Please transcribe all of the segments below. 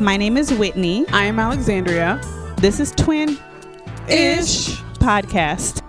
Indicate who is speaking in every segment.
Speaker 1: My name is Whitney.
Speaker 2: I am Alexandria.
Speaker 1: This is Twin
Speaker 2: Ish.
Speaker 1: Podcast.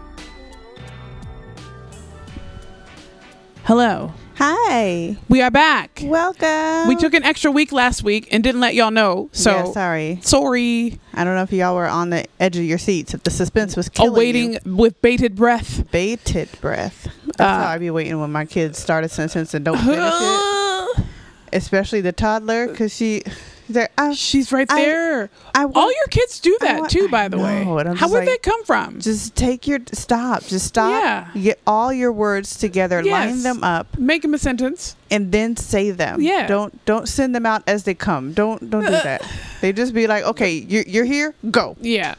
Speaker 2: Hello.
Speaker 1: Hi.
Speaker 2: We are back.
Speaker 1: Welcome.
Speaker 2: We took an extra week last week and didn't let y'all know. So
Speaker 3: yeah, sorry.
Speaker 2: sorry.
Speaker 3: I don't know if y'all were on the edge of your seats. If the suspense was killing
Speaker 2: Awaiting
Speaker 3: you.
Speaker 2: with bated breath.
Speaker 3: bated breath. That's
Speaker 2: Uh,
Speaker 3: how I be waiting when my kids start a sentence and don't finish it, especially the toddler, because she, they're I,
Speaker 2: She's right
Speaker 3: I-
Speaker 2: there.
Speaker 3: I
Speaker 2: All
Speaker 3: want,
Speaker 2: your kids do
Speaker 3: I
Speaker 2: that
Speaker 3: want-
Speaker 2: too,
Speaker 3: I
Speaker 2: by the way.
Speaker 3: know, and I'm
Speaker 2: How
Speaker 3: just
Speaker 2: would
Speaker 3: like-
Speaker 2: that come from?
Speaker 3: just take your stop, just stop.
Speaker 2: Yeah.
Speaker 3: Get all your words together,
Speaker 2: Yes.
Speaker 3: line them up,
Speaker 2: Make him a sentence.
Speaker 3: and then say them.
Speaker 2: Yeah.
Speaker 3: Don't don't send them out as they come. Don't don't do
Speaker 2: Uh.
Speaker 3: that. They just be like, okay, you're you're here, go.
Speaker 2: Yeah.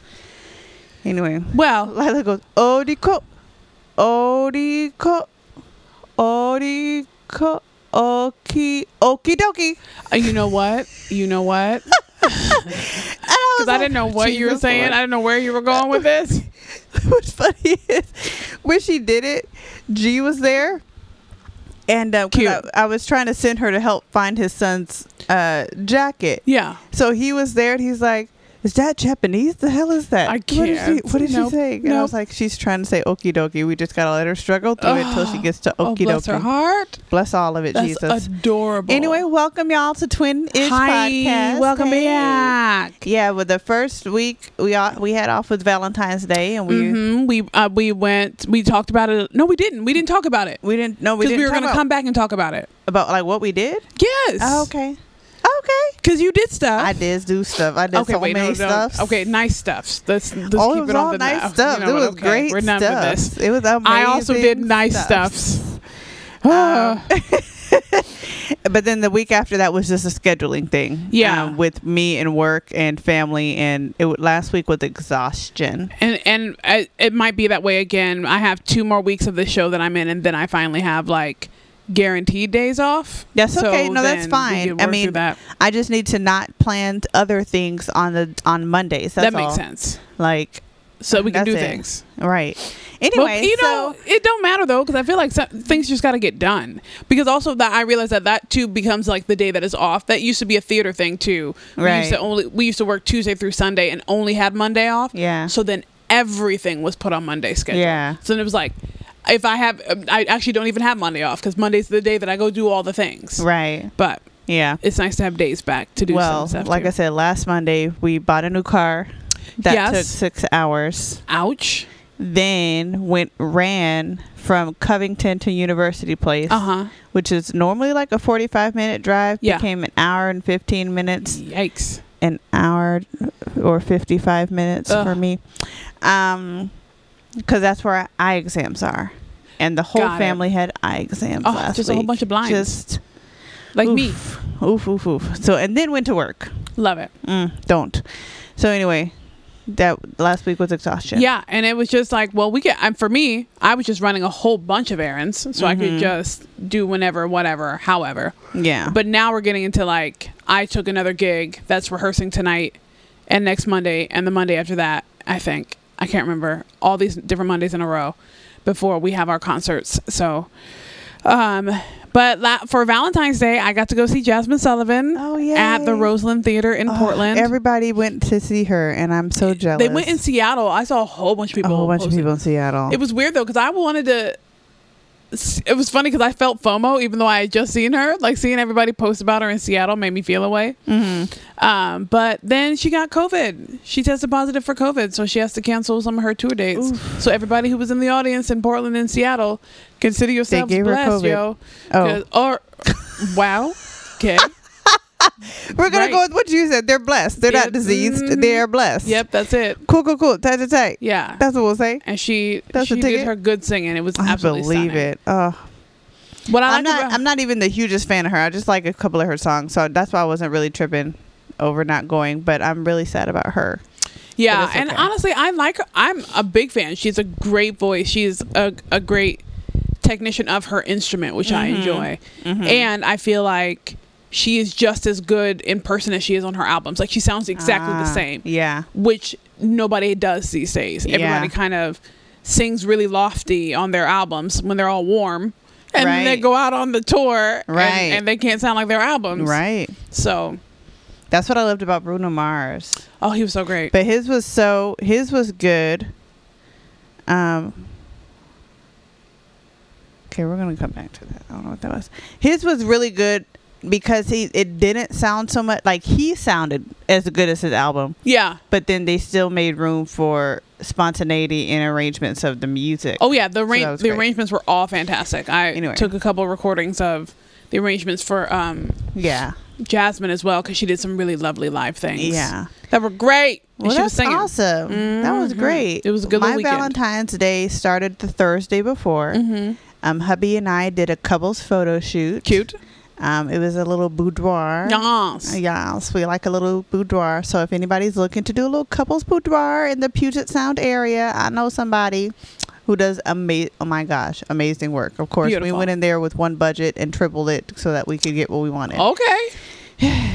Speaker 3: Anyway.
Speaker 2: Well,
Speaker 3: Lila goes, Oriko, Oriko, Oriko, Oki, Okie dokie.
Speaker 2: uh, you know what? You know what? Because I didn't know what you were
Speaker 3: Jesus
Speaker 2: saying.
Speaker 3: Lord.
Speaker 2: I didn't know where you were going with this.
Speaker 3: What's funny is when she did it, G was there. And uh, 'cause
Speaker 2: Cute.
Speaker 3: I, I was trying to send her to help find his son's uh, jacket.
Speaker 2: Yeah.
Speaker 3: So he was there and he's like, Is that Japanese? The hell is that?
Speaker 2: I
Speaker 3: What did she,
Speaker 2: can't.
Speaker 3: what did
Speaker 2: Nope.
Speaker 3: she say? And I was
Speaker 2: Nope.
Speaker 3: like, She's trying to say okie dokie. We just got to let her struggle through it until she
Speaker 2: Oh,
Speaker 3: gets to
Speaker 2: Oh,
Speaker 3: okie dokie.
Speaker 2: bless her heart.
Speaker 3: Bless all of it,
Speaker 2: That's
Speaker 3: Jesus.
Speaker 2: adorable.
Speaker 3: Anyway, welcome y'all to Twin Ish
Speaker 2: Hi,
Speaker 3: Podcast.
Speaker 2: welcome
Speaker 3: Hey.
Speaker 2: back.
Speaker 3: Yeah, well, the first week we all, we had off with Valentine's Day, and we
Speaker 2: hmm We uh, we went. We talked about it. No, we didn't. We didn't talk about it
Speaker 3: we didn't no we
Speaker 2: because we,
Speaker 3: didn't
Speaker 2: were
Speaker 3: talk
Speaker 2: going to
Speaker 3: about,
Speaker 2: come back and talk about it.
Speaker 3: about like what we did.
Speaker 2: Yes.
Speaker 3: Oh, okay, okay.
Speaker 2: Because you did stuff.
Speaker 3: I did do stuff. I did
Speaker 2: okay,
Speaker 3: so
Speaker 2: wait,
Speaker 3: many
Speaker 2: no, no.
Speaker 3: stuffs.
Speaker 2: Okay, nice stuffs. Let's, let's
Speaker 3: oh,
Speaker 2: keep
Speaker 3: it was
Speaker 2: it on
Speaker 3: all
Speaker 2: the
Speaker 3: nice
Speaker 2: now.
Speaker 3: stuff.
Speaker 2: You know
Speaker 3: it
Speaker 2: what?
Speaker 3: was
Speaker 2: Okay,
Speaker 3: great
Speaker 2: We're done
Speaker 3: stuffs.
Speaker 2: with this.
Speaker 3: It was amazing.
Speaker 2: I also did nice stuffs.
Speaker 3: Um,
Speaker 2: Ah.
Speaker 3: but then the week after that was just a scheduling thing.
Speaker 2: Yeah.
Speaker 3: um, with me and work and family, and it would- last week was exhaustion.
Speaker 2: and and I, it might be that way again. I have two more weeks of the show that I'm in, and then I finally have like guaranteed days off.
Speaker 3: That's okay. No, that's
Speaker 2: then we
Speaker 3: fine.
Speaker 2: can
Speaker 3: I
Speaker 2: work
Speaker 3: mean,
Speaker 2: through that
Speaker 3: I just need to not plan other things on the on Mondays. That's
Speaker 2: that makes
Speaker 3: all.
Speaker 2: sense.
Speaker 3: Like
Speaker 2: So we can
Speaker 3: That's
Speaker 2: do
Speaker 3: it.
Speaker 2: things.
Speaker 3: right.
Speaker 2: But,
Speaker 3: Anyway,
Speaker 2: you
Speaker 3: so
Speaker 2: know, it don't matter though, because I feel like some, things just got to get done. Because also that I realized that that too becomes like the day that is off. That used to be a theater thing too. We used
Speaker 3: Right.
Speaker 2: to only we used to work Tuesday through Sunday and only had Monday off.
Speaker 3: yeah,
Speaker 2: So then everything was put on Monday schedule.
Speaker 3: yeah,
Speaker 2: So then it was like, if I have, um, I actually don't even have Monday off because Monday's the day that I go do all the things.
Speaker 3: right,
Speaker 2: But
Speaker 3: yeah.
Speaker 2: it's nice to have days back to do
Speaker 3: Well,
Speaker 2: some stuff.
Speaker 3: like
Speaker 2: too.
Speaker 3: I said, last Monday we bought a new car. That
Speaker 2: Yes.
Speaker 3: took six hours.
Speaker 2: ouch.
Speaker 3: Then went ran from Covington to University Place,
Speaker 2: Uh huh.
Speaker 3: which is normally like a forty-five minute drive.
Speaker 2: Yeah.
Speaker 3: Became an hour and fifteen minutes.
Speaker 2: Yikes.
Speaker 3: an hour or 55 minutes
Speaker 2: Ugh.
Speaker 3: for me um because that's where eye exams are and the whole
Speaker 2: Got it.
Speaker 3: family had eye exams
Speaker 2: Oh,
Speaker 3: last
Speaker 2: just
Speaker 3: week
Speaker 2: a whole bunch of blinds.
Speaker 3: just
Speaker 2: like
Speaker 3: oof,
Speaker 2: me.
Speaker 3: oof oof oof so and then went to work
Speaker 2: Love it.
Speaker 3: mm, don't so anyway that last week was exhaustion
Speaker 2: Yeah, and it was just like, well, we can. And for me, I was just running a whole bunch of errands, so I could
Speaker 3: Mhm.
Speaker 2: just do whenever, whatever, however.
Speaker 3: yeah
Speaker 2: But now we're getting into like, I took another gig that's rehearsing tonight, and next Monday, and the Monday after that. I think I can't remember all these different Mondays in a row before we have our concerts. So, um, but la- for Valentine's Day, I got to go see Jasmine Sullivan
Speaker 3: oh yeah
Speaker 2: at the Roseland Theater in Portland.
Speaker 3: everybody went to see her and i'm so jealous
Speaker 2: they went in Seattle. I saw a whole bunch of
Speaker 3: a
Speaker 2: people.
Speaker 3: whole bunch
Speaker 2: posting.
Speaker 3: of people in seattle
Speaker 2: It was weird though because I wanted to. It was funny because I felt FOMO even though I had just seen her. Like seeing everybody post about her in Seattle made me feel away.
Speaker 3: hmm
Speaker 2: Um, but then she got COVID. She tested positive for COVID, so she has to cancel some of her tour dates. So everybody who was in the audience in Portland and Seattle, consider yourselves
Speaker 3: gave her
Speaker 2: blessed,
Speaker 3: COVID.
Speaker 2: yo.
Speaker 3: oh
Speaker 2: 'Cause- Or wow, okay,
Speaker 3: We're gonna
Speaker 2: Right.
Speaker 3: go with what you said. They're blessed. They're
Speaker 2: Yep.
Speaker 3: not diseased.
Speaker 2: Mhm.
Speaker 3: They're blessed.
Speaker 2: yep, that's it.
Speaker 3: Cool, cool, cool. Tight, tight, tight.
Speaker 2: Yeah,
Speaker 3: That's what we'll say.
Speaker 2: and she
Speaker 3: That's
Speaker 2: she
Speaker 3: the
Speaker 2: did
Speaker 3: ticket?
Speaker 2: her good singing. It was
Speaker 3: I
Speaker 2: absolutely
Speaker 3: believe
Speaker 2: stunning.
Speaker 3: it. Uh,
Speaker 2: What I
Speaker 3: I'm
Speaker 2: liked
Speaker 3: not.
Speaker 2: about-
Speaker 3: I'm not even the hugest fan of her. I just like a couple of her songs, so that's why I wasn't really tripping over not going. But I'm really sad about her.
Speaker 2: Yeah,
Speaker 3: But it's
Speaker 2: and
Speaker 3: okay.
Speaker 2: honestly, I like her. I'm a big fan. She's a great voice. She's a, a great technician of her instrument, which I
Speaker 3: Mhm.
Speaker 2: enjoy. And I feel like she is just as good in person as she is on her albums. Like she sounds exactly the
Speaker 3: Ah,
Speaker 2: same,
Speaker 3: Yeah.
Speaker 2: which nobody does these days.
Speaker 3: Yeah.
Speaker 2: Everybody kind of sings really lofty on their albums when they're all warm. And then they
Speaker 3: Right.
Speaker 2: go out on the tour and-
Speaker 3: Right.
Speaker 2: and, they can't sound like their albums.
Speaker 3: Right.
Speaker 2: So
Speaker 3: That's what I loved about Bruno Mars.
Speaker 2: Oh, he was so great.
Speaker 3: But his was so his was good. Um Okay, we're gonna come back to that. I don't know what that was. His was really good because he it didn't sound so much like he sounded as good as his album,
Speaker 2: Yeah.
Speaker 3: but then they still made room for spontaneity and arrangements of the music.
Speaker 2: Oh yeah, the arra-
Speaker 3: that was
Speaker 2: the
Speaker 3: great.
Speaker 2: arrangements were all fantastic. I
Speaker 3: Anyway.
Speaker 2: took a couple recordings of the arrangements for um,
Speaker 3: yeah.
Speaker 2: Jasmine as well because she did some really lovely live things.
Speaker 3: Yeah.
Speaker 2: that were great. And
Speaker 3: Well,
Speaker 2: she was
Speaker 3: that's
Speaker 2: singing.
Speaker 3: awesome. That was
Speaker 2: Mhm.
Speaker 3: great.
Speaker 2: It was a good
Speaker 3: My
Speaker 2: little weekend.
Speaker 3: Valentine's Day started the Thursday before.
Speaker 2: Mhm.
Speaker 3: Um, hubby and I did a couples photo shoot.
Speaker 2: Cute.
Speaker 3: Um, it was a little boudoir. Uh,
Speaker 2: Yes.
Speaker 3: Yes, we like a little boudoir. So if anybody's looking to do a little couples boudoir in the Puget Sound area, I know somebody who does amazing. Oh my gosh, amazing work. Of course, we
Speaker 2: Beautiful.
Speaker 3: went in there with one budget and tripled it so that we could get what we wanted.
Speaker 2: Okay.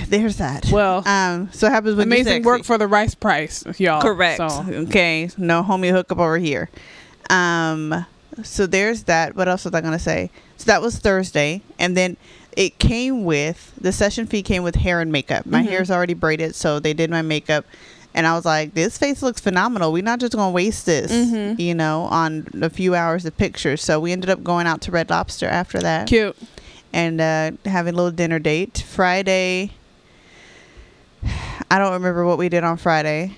Speaker 3: there's that.
Speaker 2: Oh. Well,
Speaker 3: um, so it happens with
Speaker 2: amazing work for the rice price, y'all.
Speaker 3: Correct.
Speaker 2: So,
Speaker 3: Okay, no homie hookup over here. Um, so there's that. What else was I gonna say? So that was Thursday, and then it came with the session fee came with hair and makeup. My
Speaker 2: Mhm.
Speaker 3: hair's already braided, so they did my makeup, and I was like, this face looks phenomenal. We're not just gonna waste this,
Speaker 2: Mhm.
Speaker 3: you know, on a few hours of pictures. So we ended up going out to Red Lobster after that
Speaker 2: cute.
Speaker 3: and uh, having a little dinner date. Friday, I don't remember what we did on Friday.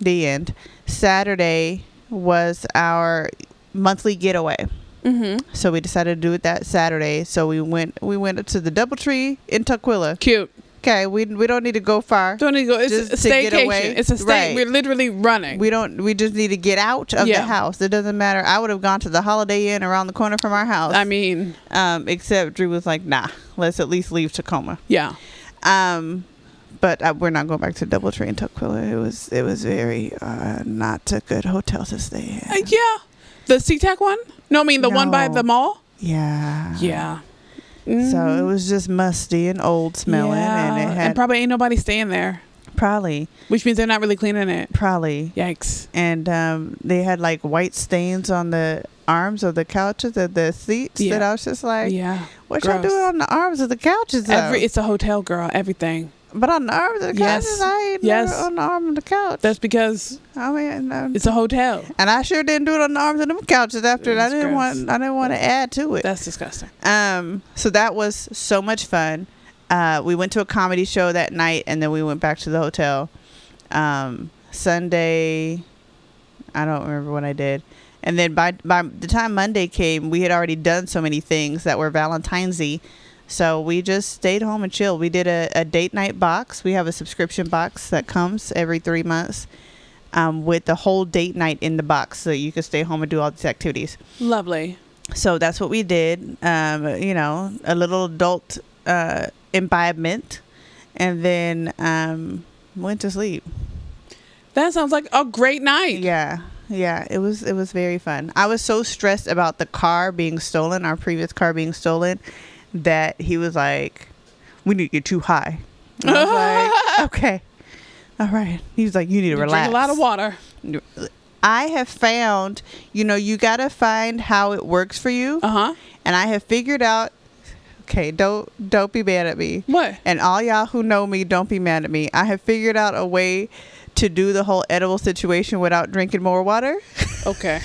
Speaker 3: The end. Saturday was our monthly getaway,
Speaker 2: Mm-hmm.
Speaker 3: so we decided to do it that Saturday. So we went we went up to the DoubleTree in Tukwila.
Speaker 2: Cute.
Speaker 3: Okay, we we don't need to go far.
Speaker 2: Don't need to go. It's
Speaker 3: Just
Speaker 2: a
Speaker 3: to get away.
Speaker 2: staycation. It's a stay.
Speaker 3: Right.
Speaker 2: We're literally running.
Speaker 3: We don't. We just need to get out of
Speaker 2: Yeah.
Speaker 3: the house. It doesn't matter. I would have gone to the Holiday Inn around the corner from our house.
Speaker 2: I mean,
Speaker 3: um, except Drew was like, "Nah, let's at least leave Tacoma."
Speaker 2: yeah.
Speaker 3: Um, but uh, we're not going back to DoubleTree and Tukwila. It was it was very uh, not a good hotel to stay
Speaker 2: Uh,
Speaker 3: in.
Speaker 2: yeah. The SeaTac one? No, I mean the one by
Speaker 3: No.
Speaker 2: the mall?
Speaker 3: Yeah.
Speaker 2: Yeah.
Speaker 3: So it
Speaker 2: Mhm.
Speaker 3: was just musty and old smelling, and
Speaker 2: Yeah,
Speaker 3: it had
Speaker 2: probably ain't nobody staying there,
Speaker 3: probably
Speaker 2: which means they're not really cleaning it.
Speaker 3: probably,
Speaker 2: Yikes.
Speaker 3: and um, they had like white stains on the arms of the couches of the seats.
Speaker 2: Yeah.
Speaker 3: That I was just like,
Speaker 2: yeah.
Speaker 3: what y'all
Speaker 2: gross.
Speaker 3: doing on the arms of the couches? though?"
Speaker 2: Every it's a hotel girl, everything.
Speaker 3: but on the arms of the
Speaker 2: Yes.
Speaker 3: couches, I ain't
Speaker 2: Yes.
Speaker 3: never on the arm of the couch.
Speaker 2: That's because
Speaker 3: I mean, no.
Speaker 2: it's a hotel.
Speaker 3: And I sure didn't do it on the arms of them couches after that. I
Speaker 2: It's
Speaker 3: didn't
Speaker 2: gross.
Speaker 3: want I didn't want to add to it.
Speaker 2: That's disgusting.
Speaker 3: Um so that was so much fun. Uh we went to a comedy show that night and then we went back to the hotel. Um Sunday I don't remember what I did. And then by by the time Monday came, we had already done so many things that were Valentine's-y. So we just stayed home and chilled. We did a, a date night box. We have a subscription box that comes every three months um, with the whole date night in the box so you can stay home and do all these activities.
Speaker 2: Lovely.
Speaker 3: So that's what we did. Um, you know, a little adult uh, imbibement and then um, went to sleep.
Speaker 2: That sounds like a great night.
Speaker 3: Yeah. Yeah, it was it was very fun. I was so stressed about the car being stolen, our previous car being stolen, that he was like, "We need to get too high." And I was like, "Okay, all right." He was like, "You need to
Speaker 2: You
Speaker 3: relax."
Speaker 2: Drink a lot of water.
Speaker 3: I have found, you know, you got to find how it works for you.
Speaker 2: Uh huh.
Speaker 3: And I have figured out, okay, don't don't be mad at me.
Speaker 2: What?
Speaker 3: And all y'all who know me, don't be mad at me. I have figured out a way to do the whole edible situation without drinking more water,
Speaker 2: Okay.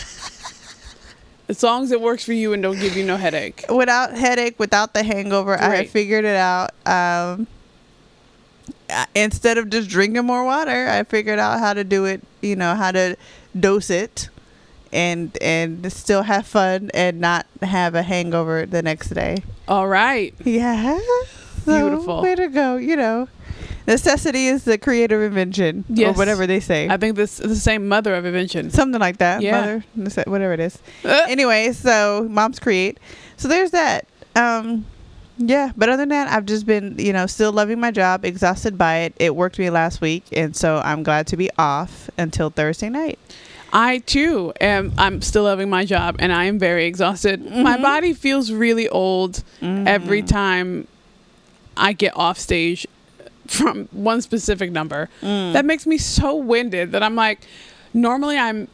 Speaker 2: as long as it works for you and don't give you no headache.
Speaker 3: without headache, without the hangover. I have
Speaker 2: Right.
Speaker 3: figured it out. Um, I- instead of just drinking more water, I figured out how to do it. You know how to dose it, and and still have fun and not have a hangover the next day.
Speaker 2: All right.
Speaker 3: Yeah. So,
Speaker 2: Beautiful.
Speaker 3: Way to go. You know, necessity is the creative invention,
Speaker 2: Yes.
Speaker 3: or whatever they say.
Speaker 2: I think this is the same mother of invention.
Speaker 3: Something like that.
Speaker 2: Yeah.
Speaker 3: Mother, nece- whatever it is.
Speaker 2: Uh,
Speaker 3: Anyway, so moms create. So there's that. Um, yeah, but other than that, I've just been, you know, still loving my job, exhausted by it. It worked me last week, and so I'm glad to be off until Thursday night.
Speaker 2: I too am. I'm still loving my job, and I am very exhausted. My
Speaker 3: Mhm.
Speaker 2: body feels really old every
Speaker 3: Mm-hmm.
Speaker 2: time I get off stage from one specific number.
Speaker 3: Mm.
Speaker 2: That makes me so winded that I'm like, normally I'm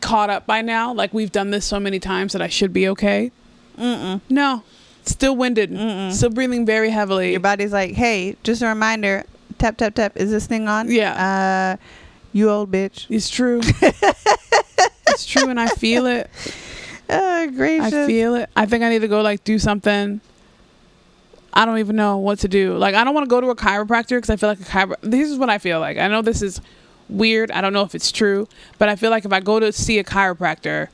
Speaker 2: caught up by now. Like we've done this so many times that I should be okay.
Speaker 3: Mm-mm.
Speaker 2: No, still winded,
Speaker 3: Mm-mm.
Speaker 2: still breathing very heavily.
Speaker 3: Your body's like, hey, just a reminder, tap tap tap. Is this thing on?
Speaker 2: Yeah,
Speaker 3: Uh, you old bitch.
Speaker 2: it's true. it's true, and I feel it.
Speaker 3: Oh
Speaker 2: I
Speaker 3: gracious.
Speaker 2: feel it. I think I need to go like do something. I don't even know what to do. Like I don't want to go to a chiropractor because I feel like a chiropractor. This is what I feel like. I know this is weird. I don't know if it's true, but I feel like if I go to see a chiropractor,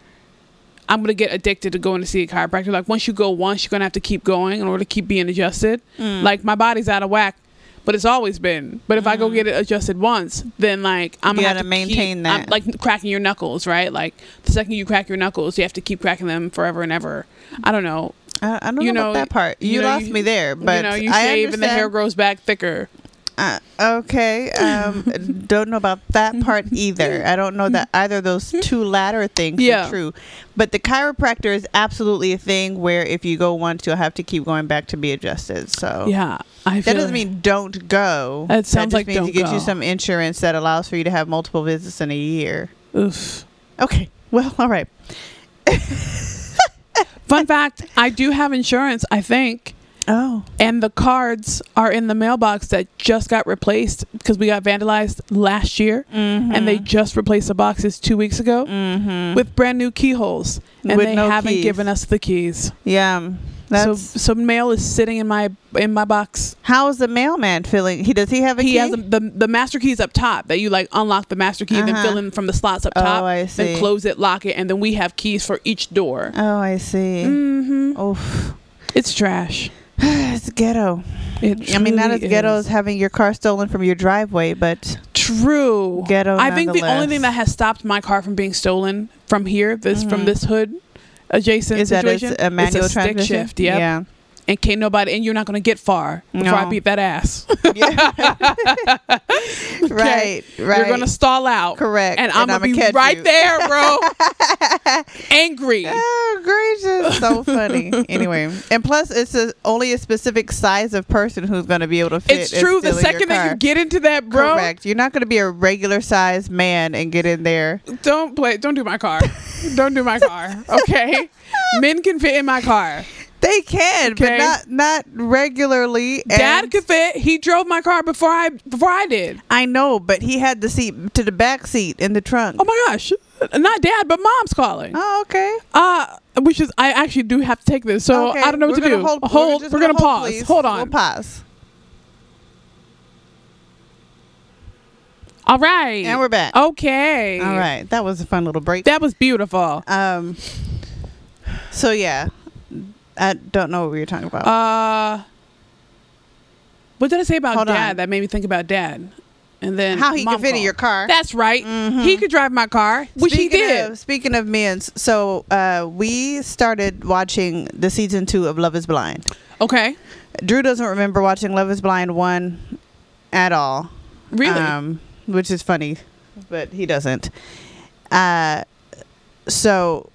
Speaker 2: I'm gonna get addicted to going to see a chiropractor. Like once you go once, you're gonna have to keep going in order to keep being adjusted.
Speaker 3: Mm.
Speaker 2: Like my body's out of whack, but it's always been. But if I go
Speaker 3: Mhm.
Speaker 2: get it adjusted once, then like I'm
Speaker 3: You
Speaker 2: gonna have
Speaker 3: gotta
Speaker 2: to
Speaker 3: maintain
Speaker 2: keep-
Speaker 3: that.
Speaker 2: I'm, like cracking your knuckles, right? Like the second you crack your knuckles, you have to keep cracking them forever and ever. I don't know.
Speaker 3: I, I don't
Speaker 2: you
Speaker 3: know, about
Speaker 2: know,
Speaker 3: that part. You,
Speaker 2: you know,
Speaker 3: lost
Speaker 2: you-
Speaker 3: me there, but
Speaker 2: you know, you
Speaker 3: I
Speaker 2: shave and the hair
Speaker 3: understand.
Speaker 2: grows back thicker.
Speaker 3: Uh, okay, um, don't know about that part either. I don't know that either of those two latter things
Speaker 2: Yeah.
Speaker 3: are true. But the chiropractor is absolutely a thing where if you go once, you'll have to keep going back to be adjusted. So
Speaker 2: Yeah, I feel
Speaker 3: Oh. that doesn't
Speaker 2: it.
Speaker 3: mean don't go.
Speaker 2: That sounds
Speaker 3: just
Speaker 2: like
Speaker 3: means
Speaker 2: don't
Speaker 3: to get
Speaker 2: go.
Speaker 3: you some insurance that allows for you to have multiple visits in a year.
Speaker 2: Oof.
Speaker 3: Okay, well, all right.
Speaker 2: Fun fact: I do have insurance. I think.
Speaker 3: Oh,
Speaker 2: And the cards are in the mailbox that just got replaced because we got vandalized last year. And they just replaced the boxes two weeks ago
Speaker 3: mm-hmm.
Speaker 2: with brand new keyholes. And
Speaker 3: With
Speaker 2: they
Speaker 3: no
Speaker 2: haven't
Speaker 3: keys.
Speaker 2: given us the keys.
Speaker 3: yeah.
Speaker 2: So,
Speaker 3: That's
Speaker 2: so mail is sitting in my in my box.
Speaker 3: how is the mailman feeling? He does he have a
Speaker 2: he
Speaker 3: key?
Speaker 2: has a, the the master keys up top that you like unlock the master key, then
Speaker 3: Uh-huh.
Speaker 2: fill in from the slots up
Speaker 3: oh,
Speaker 2: top,
Speaker 3: I
Speaker 2: then
Speaker 3: see.
Speaker 2: close it, lock it, and then we have keys for each door.
Speaker 3: Oh, I see.
Speaker 2: hmm
Speaker 3: Oof.
Speaker 2: It's trash.
Speaker 3: it's ghetto.
Speaker 2: It
Speaker 3: I mean, not as
Speaker 2: truly
Speaker 3: ghetto
Speaker 2: is.
Speaker 3: as having your car stolen from your driveway, but
Speaker 2: True.
Speaker 3: ghetto.
Speaker 2: I think the only
Speaker 3: nonetheless.
Speaker 2: thing that has stopped my car from being stolen from here, this from
Speaker 3: Mhm.
Speaker 2: this hood adjacent
Speaker 3: is that it's
Speaker 2: situation,
Speaker 3: a manual
Speaker 2: it's a stick
Speaker 3: transmission.
Speaker 2: shift. Yep.
Speaker 3: Yeah.
Speaker 2: and can't nobody, and you're not gonna get far before I
Speaker 3: No.
Speaker 2: beat that ass.
Speaker 3: Right. Right.
Speaker 2: You're gonna stall out,
Speaker 3: correct,
Speaker 2: and I'm gonna
Speaker 3: I'ma
Speaker 2: be
Speaker 3: catch
Speaker 2: right
Speaker 3: you.
Speaker 2: there, bro. Angry.
Speaker 3: Oh, gracious! So funny. anyway, and plus, it's a, only a specific size of person who's going to be able to fit.
Speaker 2: It's
Speaker 3: and
Speaker 2: true. The
Speaker 3: steal your
Speaker 2: second that
Speaker 3: car.
Speaker 2: you get into that, bro,
Speaker 3: correct, you're not going to be a regular sized man and get in there.
Speaker 2: don't play. Don't do my car. don't do my car. Okay, men can fit in my car.
Speaker 3: They can,
Speaker 2: Okay.
Speaker 3: but not not regularly. and-
Speaker 2: Dad could fit. He drove my car before I before I did.
Speaker 3: I know, but he had the seat to the back seat in the trunk.
Speaker 2: Oh my gosh, not dad, but mom's calling.
Speaker 3: Oh, okay.
Speaker 2: Uh which is I actually do have to take this, so
Speaker 3: Okay,
Speaker 2: I don't know what
Speaker 3: we're
Speaker 2: to do.
Speaker 3: gonna Hold,
Speaker 2: Hold,
Speaker 3: we're, just
Speaker 2: we're, gonna,
Speaker 3: hold,
Speaker 2: pause.
Speaker 3: please.
Speaker 2: Hold
Speaker 3: We'll
Speaker 2: on.
Speaker 3: pause.
Speaker 2: All right.
Speaker 3: And we're
Speaker 2: Oh,
Speaker 3: back.
Speaker 2: okay.
Speaker 3: All right. That was a fun little break.
Speaker 2: That was beautiful.
Speaker 3: Um. So yeah, I don't know what we were talking about.
Speaker 2: Uh, what did I say about
Speaker 3: Hold
Speaker 2: dad
Speaker 3: on.
Speaker 2: that made me think about dad? And then
Speaker 3: How he
Speaker 2: mom
Speaker 3: could fit in
Speaker 2: called.
Speaker 3: your car.
Speaker 2: That's right.
Speaker 3: Mhm.
Speaker 2: He could drive my car, which he
Speaker 3: Speaking
Speaker 2: did.
Speaker 3: Of, speaking of men, so uh, we started watching the season two of Love Is Blind.
Speaker 2: okay.
Speaker 3: Drew doesn't remember watching Love Is Blind one at all.
Speaker 2: Really?
Speaker 3: Um, which is funny, but he doesn't. Uh, so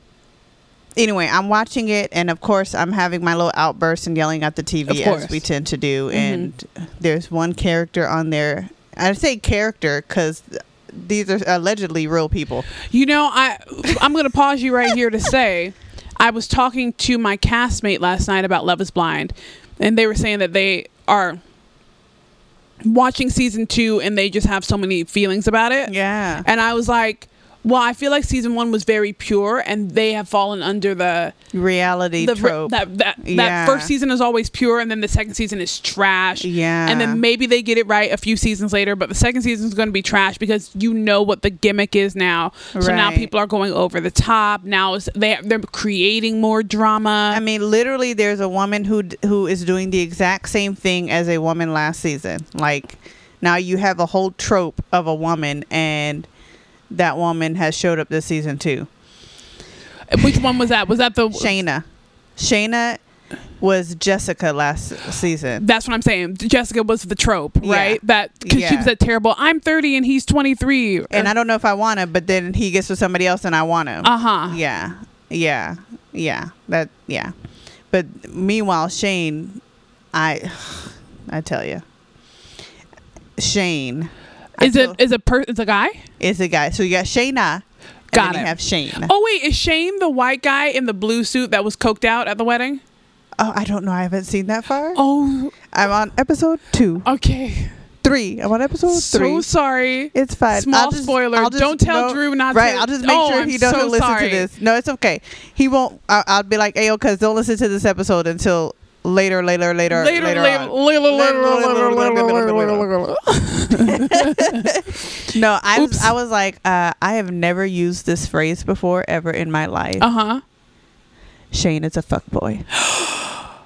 Speaker 3: anyway, I'm watching it, and of course, I'm having my little outburst and yelling at the
Speaker 2: Of
Speaker 3: TV
Speaker 2: course. Mm-hmm.
Speaker 3: as we tend to do. And there's one character on there. I say character because these are allegedly real people.
Speaker 2: you know, I I'm gonna pause you right here to say, I was talking to my castmate last night about Love Is Blind, and they were saying that they are watching season two and they just have so many feelings about it.
Speaker 3: Yeah.
Speaker 2: And I was like, well, I feel like season one was very pure, and they have fallen under the
Speaker 3: Reality
Speaker 2: the-
Speaker 3: trope.
Speaker 2: that that, that
Speaker 3: Yeah.
Speaker 2: first season is always pure, and then the second season is trash.
Speaker 3: yeah.
Speaker 2: And then maybe they get it right a few seasons later, but the second season is going to be trash because you know what the gimmick is now. So now
Speaker 3: Right.
Speaker 2: people are going over the top. Now it's, they they're creating more drama.
Speaker 3: I mean, literally, there's a woman who d- who is doing the exact same thing as a woman last season. Like, now you have a whole trope of a woman, and that woman has showed up this season too.
Speaker 2: Which one was that? Was that the
Speaker 3: Shayna, Shayna was Jessica last season.
Speaker 2: That's what I'm saying. Jessica was the trope,
Speaker 3: Yeah.
Speaker 2: right? That because she
Speaker 3: Yeah.
Speaker 2: was that terrible. I'm 30 and he's 23.
Speaker 3: And I don't know if I want him, but then he gets with somebody else, and I want him.
Speaker 2: uh huh.
Speaker 3: Yeah, yeah, yeah. That yeah. But meanwhile, Shane, I, I tell you, Shane. I
Speaker 2: Is it
Speaker 3: feel-
Speaker 2: is a per is a guy?
Speaker 3: is a guy? So you got Shayna. and then
Speaker 2: Got it.
Speaker 3: You have Shane. Oh.
Speaker 2: Oh wait, is Shane the white guy in the blue suit that was coked out at the wedding?
Speaker 3: Oh, I don't know. I haven't seen that far.
Speaker 2: Oh,
Speaker 3: I'm on episode two,
Speaker 2: okay.
Speaker 3: three. three. I'm on episode
Speaker 2: So
Speaker 3: three.
Speaker 2: sorry.
Speaker 3: It's fine.
Speaker 2: Small
Speaker 3: I'll just-
Speaker 2: spoiler.
Speaker 3: I'll just
Speaker 2: Don't tell
Speaker 3: know-
Speaker 2: Drew not
Speaker 3: Right.
Speaker 2: to.
Speaker 3: I'll just make
Speaker 2: Oh,
Speaker 3: sure
Speaker 2: I'm
Speaker 3: he doesn't
Speaker 2: so
Speaker 3: listen
Speaker 2: sorry.
Speaker 3: to this. No, it's okay. He won't. I, I'll be like, "Ayo, cuz don't listen to this episode until later, later, later, later,
Speaker 2: Later, later,
Speaker 3: on." No, I was,
Speaker 2: Oops.
Speaker 3: I was like, uh, I have never used this phrase before ever in my life.
Speaker 2: Uh huh.
Speaker 3: Shane is a fuckboy.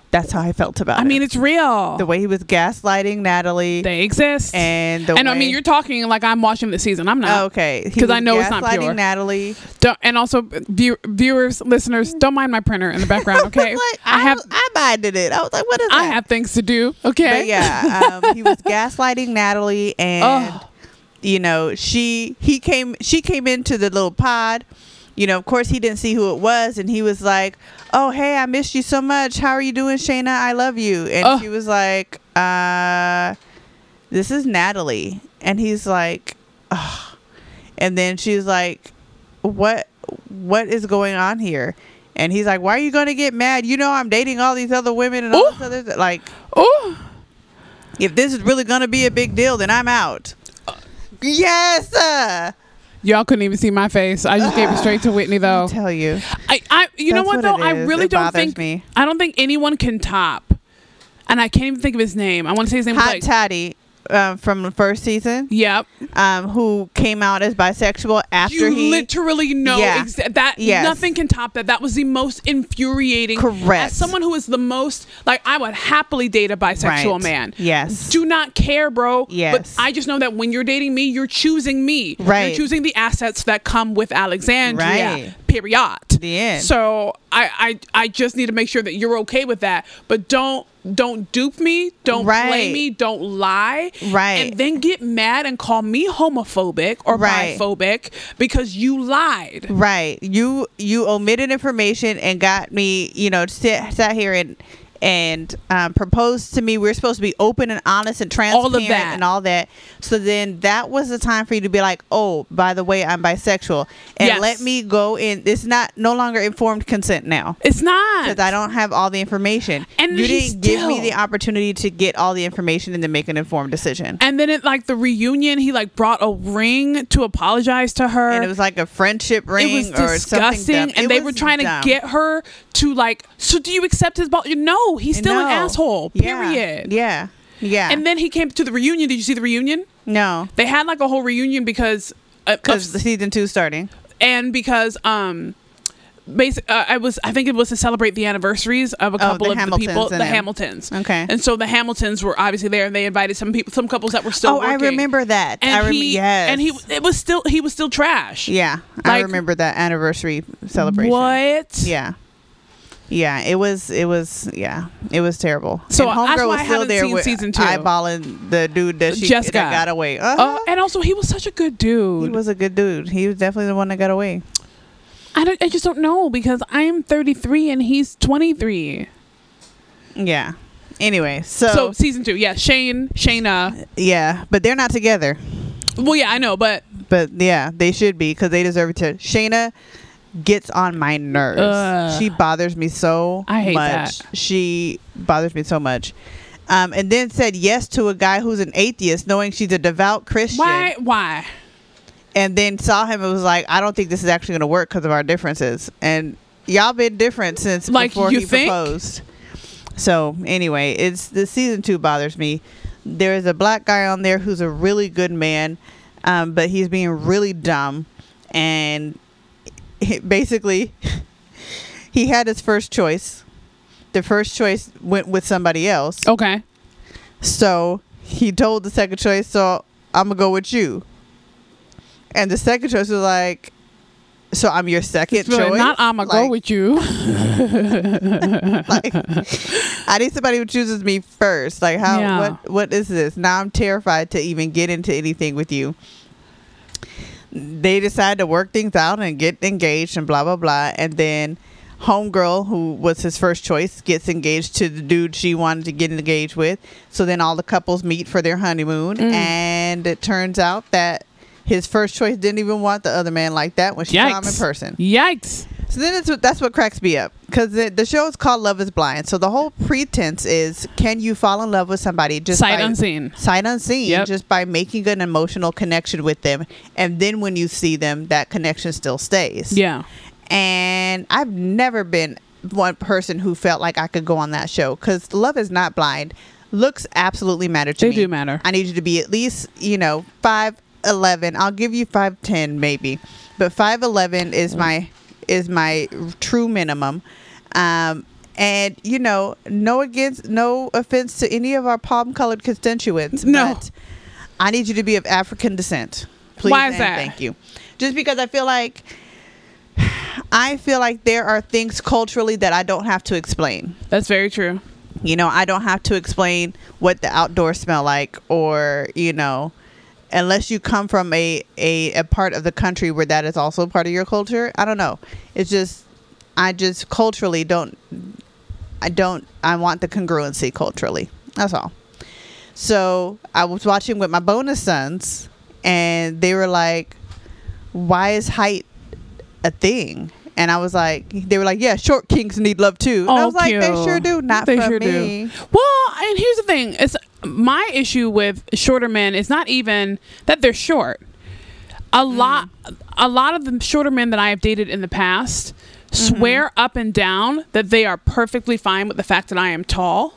Speaker 3: That's how I felt about
Speaker 2: I
Speaker 3: it.
Speaker 2: mean, it's real.
Speaker 3: the way he was gaslighting Natalie,
Speaker 2: they exist.
Speaker 3: and the
Speaker 2: and
Speaker 3: way,
Speaker 2: I mean, you're talking like I'm watching the season. I'm not.
Speaker 3: okay
Speaker 2: 'Cause I know it's not pure.
Speaker 3: gaslighting Natalie.
Speaker 2: Don't, and also, view, viewers, listeners, don't mind my printer in the background, okay?
Speaker 3: like,
Speaker 2: I
Speaker 3: I,
Speaker 2: have-
Speaker 3: have I minded it. I was like, what is
Speaker 2: I
Speaker 3: that?
Speaker 2: have things to do, okay?
Speaker 3: But yeah, um, he was gaslighting Natalie, and
Speaker 2: Oh.
Speaker 3: you know she he came she came into the little pod. You know, of course, he didn't see who it was, and he was like, "Oh, hey, I missed you so much. How are you doing, Shayna? I love you." And
Speaker 2: Oh.
Speaker 3: she was like, "Uh, this is Natalie," and he's like, Ugh. and then she's like, "What? What is going on here?" And he's like, "Why are you gonna get mad? You know, I'm dating all these other women and all
Speaker 2: Ooh.
Speaker 3: this other th- like."
Speaker 2: Ooh.
Speaker 3: If this is really gonna be a big deal, then I'm out. Yes, uh,
Speaker 2: Oh. Y'all couldn't even see my face. I just gave it straight to Whitney,
Speaker 3: I'll
Speaker 2: though.
Speaker 3: tell you.
Speaker 2: I, I you know
Speaker 3: That's
Speaker 2: what,
Speaker 3: what
Speaker 2: though?
Speaker 3: it
Speaker 2: I
Speaker 3: is.
Speaker 2: really
Speaker 3: It
Speaker 2: don't
Speaker 3: bothers
Speaker 2: think
Speaker 3: me.
Speaker 2: I don't think anyone can top. And I can't even think of his name. I want to say his name was
Speaker 3: Hot
Speaker 2: like.
Speaker 3: Toddy um, from the first season,
Speaker 2: Yep.
Speaker 3: um, who came out as bisexual after
Speaker 2: you
Speaker 3: he
Speaker 2: literally know
Speaker 3: Yeah.
Speaker 2: exa- that
Speaker 3: Yes.
Speaker 2: nothing can top that. That was the most infuriating.
Speaker 3: Correct.
Speaker 2: As someone who is the most like, I would happily date a bisexual
Speaker 3: Right.
Speaker 2: man.
Speaker 3: Yes,
Speaker 2: Do not care, bro.
Speaker 3: Yes.
Speaker 2: But I just know that when you're dating me, you're choosing me.
Speaker 3: Right.
Speaker 2: You're choosing the assets that come with Alexandria.
Speaker 3: Right.
Speaker 2: Period.
Speaker 3: The end.
Speaker 2: So I, I I just need to make sure that you're okay with that. But don't don't dupe me. Don't play
Speaker 3: Right.
Speaker 2: me. Don't lie.
Speaker 3: Right.
Speaker 2: And then get mad and call me homophobic or
Speaker 3: Right.
Speaker 2: biphobic because you lied.
Speaker 3: right. You you omitted information and got me. You know, sit, sat here and and um, proposed to me. We are supposed to be open and honest and transparent
Speaker 2: All of that.
Speaker 3: and all that. So then that was the time for you to be like, oh, by the way, I'm bisexual, and
Speaker 2: Yes.
Speaker 3: let me go in. It's not no longer informed consent now.
Speaker 2: It's not.
Speaker 3: because I don't have all the information.
Speaker 2: And
Speaker 3: you
Speaker 2: he
Speaker 3: didn't give me
Speaker 2: still-
Speaker 3: the opportunity to get all the information and then make an informed decision.
Speaker 2: and then at like the reunion, he like brought a ring to apologize to her.
Speaker 3: And it was like a friendship ring
Speaker 2: it was
Speaker 3: or something.
Speaker 2: disgusting
Speaker 3: dumb.
Speaker 2: and
Speaker 3: It
Speaker 2: they were
Speaker 3: was
Speaker 2: trying
Speaker 3: dumb.
Speaker 2: to get her to like so do you accept his ball no he's still
Speaker 3: No.
Speaker 2: an asshole
Speaker 3: Yeah.
Speaker 2: period
Speaker 3: Yeah, yeah.
Speaker 2: and then he came to the reunion did you see the reunion
Speaker 3: no,
Speaker 2: they had like a whole reunion because uh, of-
Speaker 3: because the season two starting.
Speaker 2: and because um basic uh, i was i think it was to celebrate the anniversaries of a couple
Speaker 3: Oh, the
Speaker 2: of
Speaker 3: Hamiltons
Speaker 2: the people
Speaker 3: and
Speaker 2: the
Speaker 3: them.
Speaker 2: hamiltons
Speaker 3: Okay.
Speaker 2: and so the hamiltons were obviously there and they invited some people some couples that were still
Speaker 3: oh,
Speaker 2: working.
Speaker 3: I remember that.
Speaker 2: and
Speaker 3: I remember.
Speaker 2: he
Speaker 3: Yes.
Speaker 2: and he it was still he was still trash
Speaker 3: Yeah, I
Speaker 2: Like-
Speaker 3: remember that anniversary celebration.
Speaker 2: what
Speaker 3: Yeah. Yeah, it was it was yeah, it was terrible.
Speaker 2: So,
Speaker 3: and
Speaker 2: that's
Speaker 3: Homegirl
Speaker 2: why
Speaker 3: was
Speaker 2: I
Speaker 3: still
Speaker 2: haven't
Speaker 3: there
Speaker 2: seen
Speaker 3: with
Speaker 2: season two.
Speaker 3: eyeballing the dude that she
Speaker 2: Jessica.
Speaker 3: that got away. Uh-huh.
Speaker 2: Oh, and also he was such a good dude.
Speaker 3: He was a good dude. He was definitely the one that got away.
Speaker 2: I, don't, I just don't know because I'm 33 and he's 23.
Speaker 3: Yeah. Anyway, so,
Speaker 2: So season two, yeah, Shane, Shayna.
Speaker 3: yeah, but they're not together.
Speaker 2: Well, yeah, I know, but
Speaker 3: But yeah, they should be because they deserve it. To. Shayna gets on my nerves.
Speaker 2: Ugh.
Speaker 3: She bothers me so
Speaker 2: I hate
Speaker 3: much.
Speaker 2: that.
Speaker 3: She bothers me so much. Um, and then said yes to a guy who's an atheist, knowing she's a devout Christian.
Speaker 2: why? Why?
Speaker 3: And then saw him and was like, I don't think this is actually going to work because of our differences. And y'all been different since
Speaker 2: Like,
Speaker 3: before
Speaker 2: you
Speaker 3: he
Speaker 2: think?
Speaker 3: proposed. So anyway, it's the season two bothers me. There is a black guy on there who's a really good man, um, but he's being really dumb, and it- basically, he had his first choice. The first choice went with somebody else,
Speaker 2: Okay.
Speaker 3: so he told the second choice, so I'm gonna go with you. And the second choice was like, so I'm your second
Speaker 2: It's really
Speaker 3: choice.
Speaker 2: not I'ma go
Speaker 3: Like-
Speaker 2: with you.
Speaker 3: like, I need somebody who chooses me first. Like how
Speaker 2: Yeah.
Speaker 3: what what is this? Now I'm terrified to even get into anything with you. They decide to work things out and get engaged and blah blah blah and then homegirl who was his first choice gets engaged to the dude she wanted to get engaged with. So then all the couples meet for their honeymoon
Speaker 2: Mm.
Speaker 3: and it turns out that his first choice didn't even want the other man like that when she saw him in
Speaker 2: Yikes.
Speaker 3: person.
Speaker 2: Yikes.
Speaker 3: So then it's, that's what cracks me up because the, the show is called Love Is Blind. So the whole pretense is, can you fall in love with somebody just
Speaker 2: Sight
Speaker 3: by,
Speaker 2: unseen.
Speaker 3: sight unseen,
Speaker 2: Yep.
Speaker 3: just by making an emotional connection with them, and then when you see them, that connection still stays.
Speaker 2: Yeah.
Speaker 3: And I've never been one person who felt like I could go on that show because Love Is Not Blind looks absolutely matter to
Speaker 2: They
Speaker 3: me.
Speaker 2: do matter.
Speaker 3: I need you to be at least, you know, five eleven. I'll give you five ten maybe, but five eleven is my is my true minimum. Um, and you know, no against, no offense to any of our palm colored constituents.
Speaker 2: No.
Speaker 3: but I need you to be of African descent. Please
Speaker 2: Why is
Speaker 3: and
Speaker 2: that?
Speaker 3: Thank you. Just because I feel like I feel like there are things culturally that I don't have to explain.
Speaker 2: That's very true.
Speaker 3: You know, I don't have to explain what the outdoors smell like or, you know, unless you come from a, a, a part of the country where that is also part of your culture. I don't know. It's just I just culturally don't I don't I want the congruency culturally. That's all. So I was watching with my bonus sons and they were like, Why is height a thing? And I was like, they were like, yeah, short kings need love too. And I
Speaker 2: Oh,
Speaker 3: was like, they
Speaker 2: cute.
Speaker 3: sure do. Not
Speaker 2: They
Speaker 3: from
Speaker 2: sure do.
Speaker 3: me.
Speaker 2: Well, and here's the thing: it's my issue with shorter men is not even that they're short. A
Speaker 3: Mm.
Speaker 2: lot, a lot of the shorter men that I have dated in the past
Speaker 3: Mm-hmm.
Speaker 2: swear up and down that they are perfectly fine with the fact that I am tall,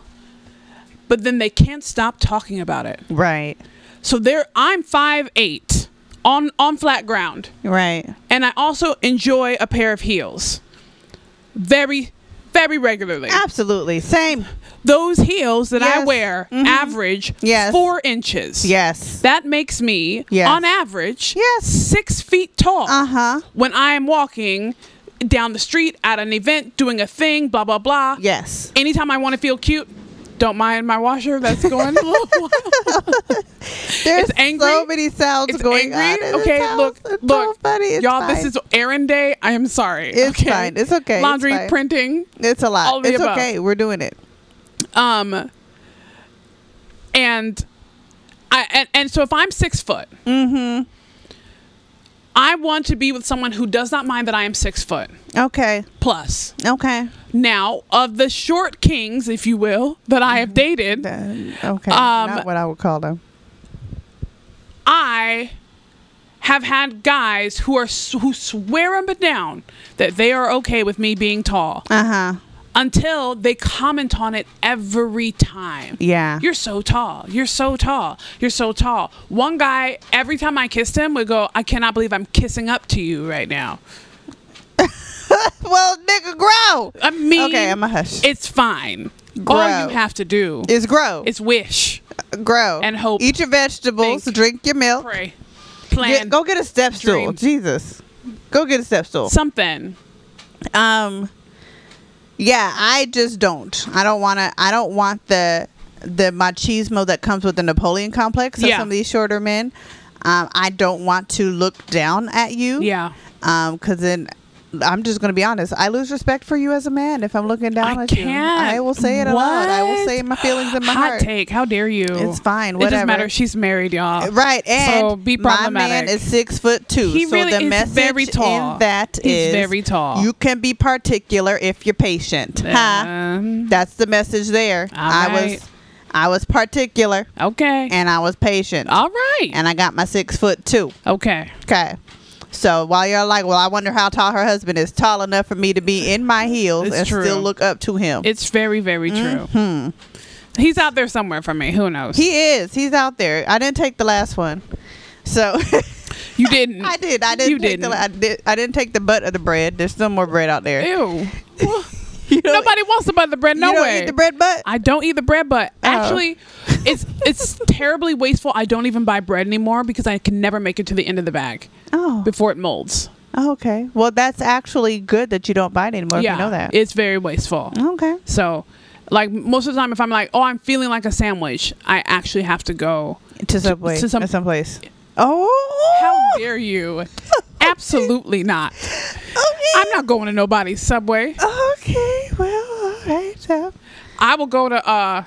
Speaker 2: but then they can't stop talking about it.
Speaker 3: Right.
Speaker 2: So they're I'm five eight on on flat ground.
Speaker 3: Right.
Speaker 2: and I also enjoy a pair of heels very, very regularly.
Speaker 3: Absolutely. Same.
Speaker 2: Those heels that I
Speaker 3: Yes.
Speaker 2: wear
Speaker 3: Mhm.
Speaker 2: average
Speaker 3: Yes.
Speaker 2: four inches.
Speaker 3: Yes.
Speaker 2: That makes me,
Speaker 3: Yes.
Speaker 2: on average,
Speaker 3: Yes.
Speaker 2: six feet tall
Speaker 3: Uh huh.
Speaker 2: when I am walking down the street at an event, doing a thing, blah, blah, blah.
Speaker 3: Yes.
Speaker 2: Anytime I want to feel cute, don't mind my washer that's going a little wild.
Speaker 3: There's
Speaker 2: angry.
Speaker 3: so many sounds
Speaker 2: It's
Speaker 3: going
Speaker 2: angry.
Speaker 3: on. in
Speaker 2: Okay,
Speaker 3: this house.
Speaker 2: look,
Speaker 3: It's
Speaker 2: look,
Speaker 3: so funny. It's
Speaker 2: Y'all, this
Speaker 3: fine.
Speaker 2: is errand day. I am sorry.
Speaker 3: It's
Speaker 2: okay?
Speaker 3: fine. It's okay. It's
Speaker 2: Laundry,
Speaker 3: fine.
Speaker 2: printing,
Speaker 3: It's a lot.
Speaker 2: all of the
Speaker 3: it's
Speaker 2: above.
Speaker 3: okay. We're doing it.
Speaker 2: Um, and I and, and so if I'm six foot,
Speaker 3: Mm-hmm.
Speaker 2: I want to be with someone who does not mind that I am six foot
Speaker 3: Okay.
Speaker 2: plus.
Speaker 3: Okay.
Speaker 2: Now, of the short kings, if you will, that I
Speaker 3: Mm-hmm.
Speaker 2: have dated,
Speaker 3: Then- Uh, Okay.
Speaker 2: Um,
Speaker 3: Not what I would call them.
Speaker 2: I have had guys who are s- who swear up and down that they are okay with me being tall
Speaker 3: Uh huh.
Speaker 2: until they comment on it every time.
Speaker 3: Yeah.
Speaker 2: You're so tall. You're so tall. You're so tall. One guy, every time I kissed him, would go, I cannot believe I'm kissing up to you right now.
Speaker 3: well, nigga, grow.
Speaker 2: I mean,
Speaker 3: Okay, I'm a hush.
Speaker 2: it's fine. All
Speaker 3: Grow.
Speaker 2: you have to do
Speaker 3: It's grow.
Speaker 2: is wish,
Speaker 3: grow
Speaker 2: and hope.
Speaker 3: Eat your vegetables.
Speaker 2: Think.
Speaker 3: Drink your milk.
Speaker 2: pray,
Speaker 3: Get-
Speaker 2: plan,
Speaker 3: go get a step stool.
Speaker 2: Dream.
Speaker 3: Jesus. Go get a step stool.
Speaker 2: something.
Speaker 3: Um yeah, I just don't. I don't want to I don't want the the machismo that comes with the Napoleon complex of
Speaker 2: Yeah.
Speaker 3: some of these shorter men. Um, I don't want to look down at you.
Speaker 2: Yeah.
Speaker 3: Um, cuz then I'm just going to be honest. I lose respect for you as a man if I'm looking down
Speaker 2: I
Speaker 3: at you.
Speaker 2: can't.
Speaker 3: I will say it aloud. I will
Speaker 2: What?
Speaker 3: say my feelings in my
Speaker 2: Hot
Speaker 3: heart.
Speaker 2: take. How dare you?
Speaker 3: It's fine,
Speaker 2: It
Speaker 3: whatever.
Speaker 2: doesn't matter. She's married, y'all.
Speaker 3: Right, and
Speaker 2: So be
Speaker 3: my man
Speaker 2: problematic.
Speaker 3: is six foot two.
Speaker 2: He
Speaker 3: so
Speaker 2: really
Speaker 3: the
Speaker 2: is
Speaker 3: message
Speaker 2: very tall.
Speaker 3: in that
Speaker 2: He's
Speaker 3: is
Speaker 2: very tall.
Speaker 3: You can be particular if you're patient. huh?
Speaker 2: Um,
Speaker 3: That's the message there. I
Speaker 2: Alright.
Speaker 3: was I was particular
Speaker 2: okay.
Speaker 3: and I was patient.
Speaker 2: All right.
Speaker 3: And I got my six foot two.
Speaker 2: okay.
Speaker 3: Okay. So while you're like, Well, I wonder how tall her husband is, tall enough for me to be in my heels
Speaker 2: It's
Speaker 3: and
Speaker 2: true.
Speaker 3: still look up to him.
Speaker 2: It's very, very true. He's out there somewhere for me. Who knows?
Speaker 3: Mm-hmm. he is. He's out there. I didn't take the last one. So
Speaker 2: you didn't.
Speaker 3: I did. I didn't
Speaker 2: You
Speaker 3: take
Speaker 2: didn't.
Speaker 3: the I, did, I didn't take the butt of the bread. There's still more bread out there.
Speaker 2: Ew.
Speaker 3: You don't-
Speaker 2: Nobody wants to buy the bread.
Speaker 3: you
Speaker 2: No
Speaker 3: don't
Speaker 2: way.
Speaker 3: eat the bread butt.
Speaker 2: I don't eat the bread, but
Speaker 3: Oh.
Speaker 2: actually, it's it's terribly wasteful. I don't even buy bread anymore because I can never make it to the end of the bag
Speaker 3: oh,
Speaker 2: before it molds.
Speaker 3: okay. Well, that's actually good that you don't buy it anymore.
Speaker 2: yeah,
Speaker 3: if you know that. Oh.
Speaker 2: it's very wasteful.
Speaker 3: okay.
Speaker 2: So, like most of the time, if I'm like, oh, I'm feeling like a sandwich, I actually have to go.
Speaker 3: To subway.
Speaker 2: to
Speaker 3: To
Speaker 2: some-
Speaker 3: some someplace. Oh.
Speaker 2: How dare you? Absolutely not.
Speaker 3: Okay.
Speaker 2: I'm not going to nobody's subway.
Speaker 3: um, Okay. Well. All right. So.
Speaker 2: I will go to uh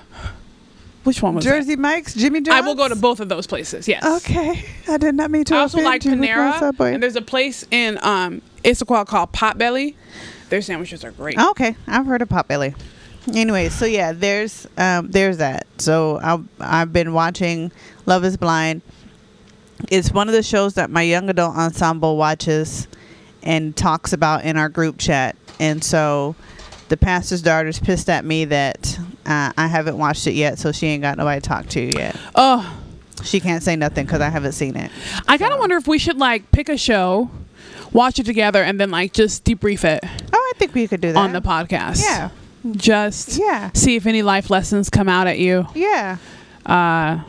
Speaker 2: Which one was it?
Speaker 3: Jersey Mike's, Jimmy John's.
Speaker 2: I will go to both of those places. Yes.
Speaker 3: Okay, I did not mean to.
Speaker 2: I also
Speaker 3: offend
Speaker 2: like
Speaker 3: you with my
Speaker 2: Panera,
Speaker 3: Subway.
Speaker 2: and there's a place in um, Issaquah called Potbelly. Their sandwiches are great.
Speaker 3: Oh, Okay, I've heard of Potbelly. Anyway, so yeah, there's um, there's that. So I I've been watching Love Is Blind. It's one of the shows that my young adult ensemble watches and talks about in our group chat. And so the pastor's daughter's pissed at me that uh, I haven't watched it yet, so she ain't got nobody to talk to yet.
Speaker 2: Oh,
Speaker 3: She can't say nothing because I haven't seen it.
Speaker 2: I kind of wonder if we should like pick a show, watch it together, and then like just debrief it
Speaker 3: Oh, I think we could do that
Speaker 2: on the podcast.
Speaker 3: Yeah,
Speaker 2: Just
Speaker 3: yeah,
Speaker 2: see if any life lessons come out at you.
Speaker 3: yeah.
Speaker 2: Uh,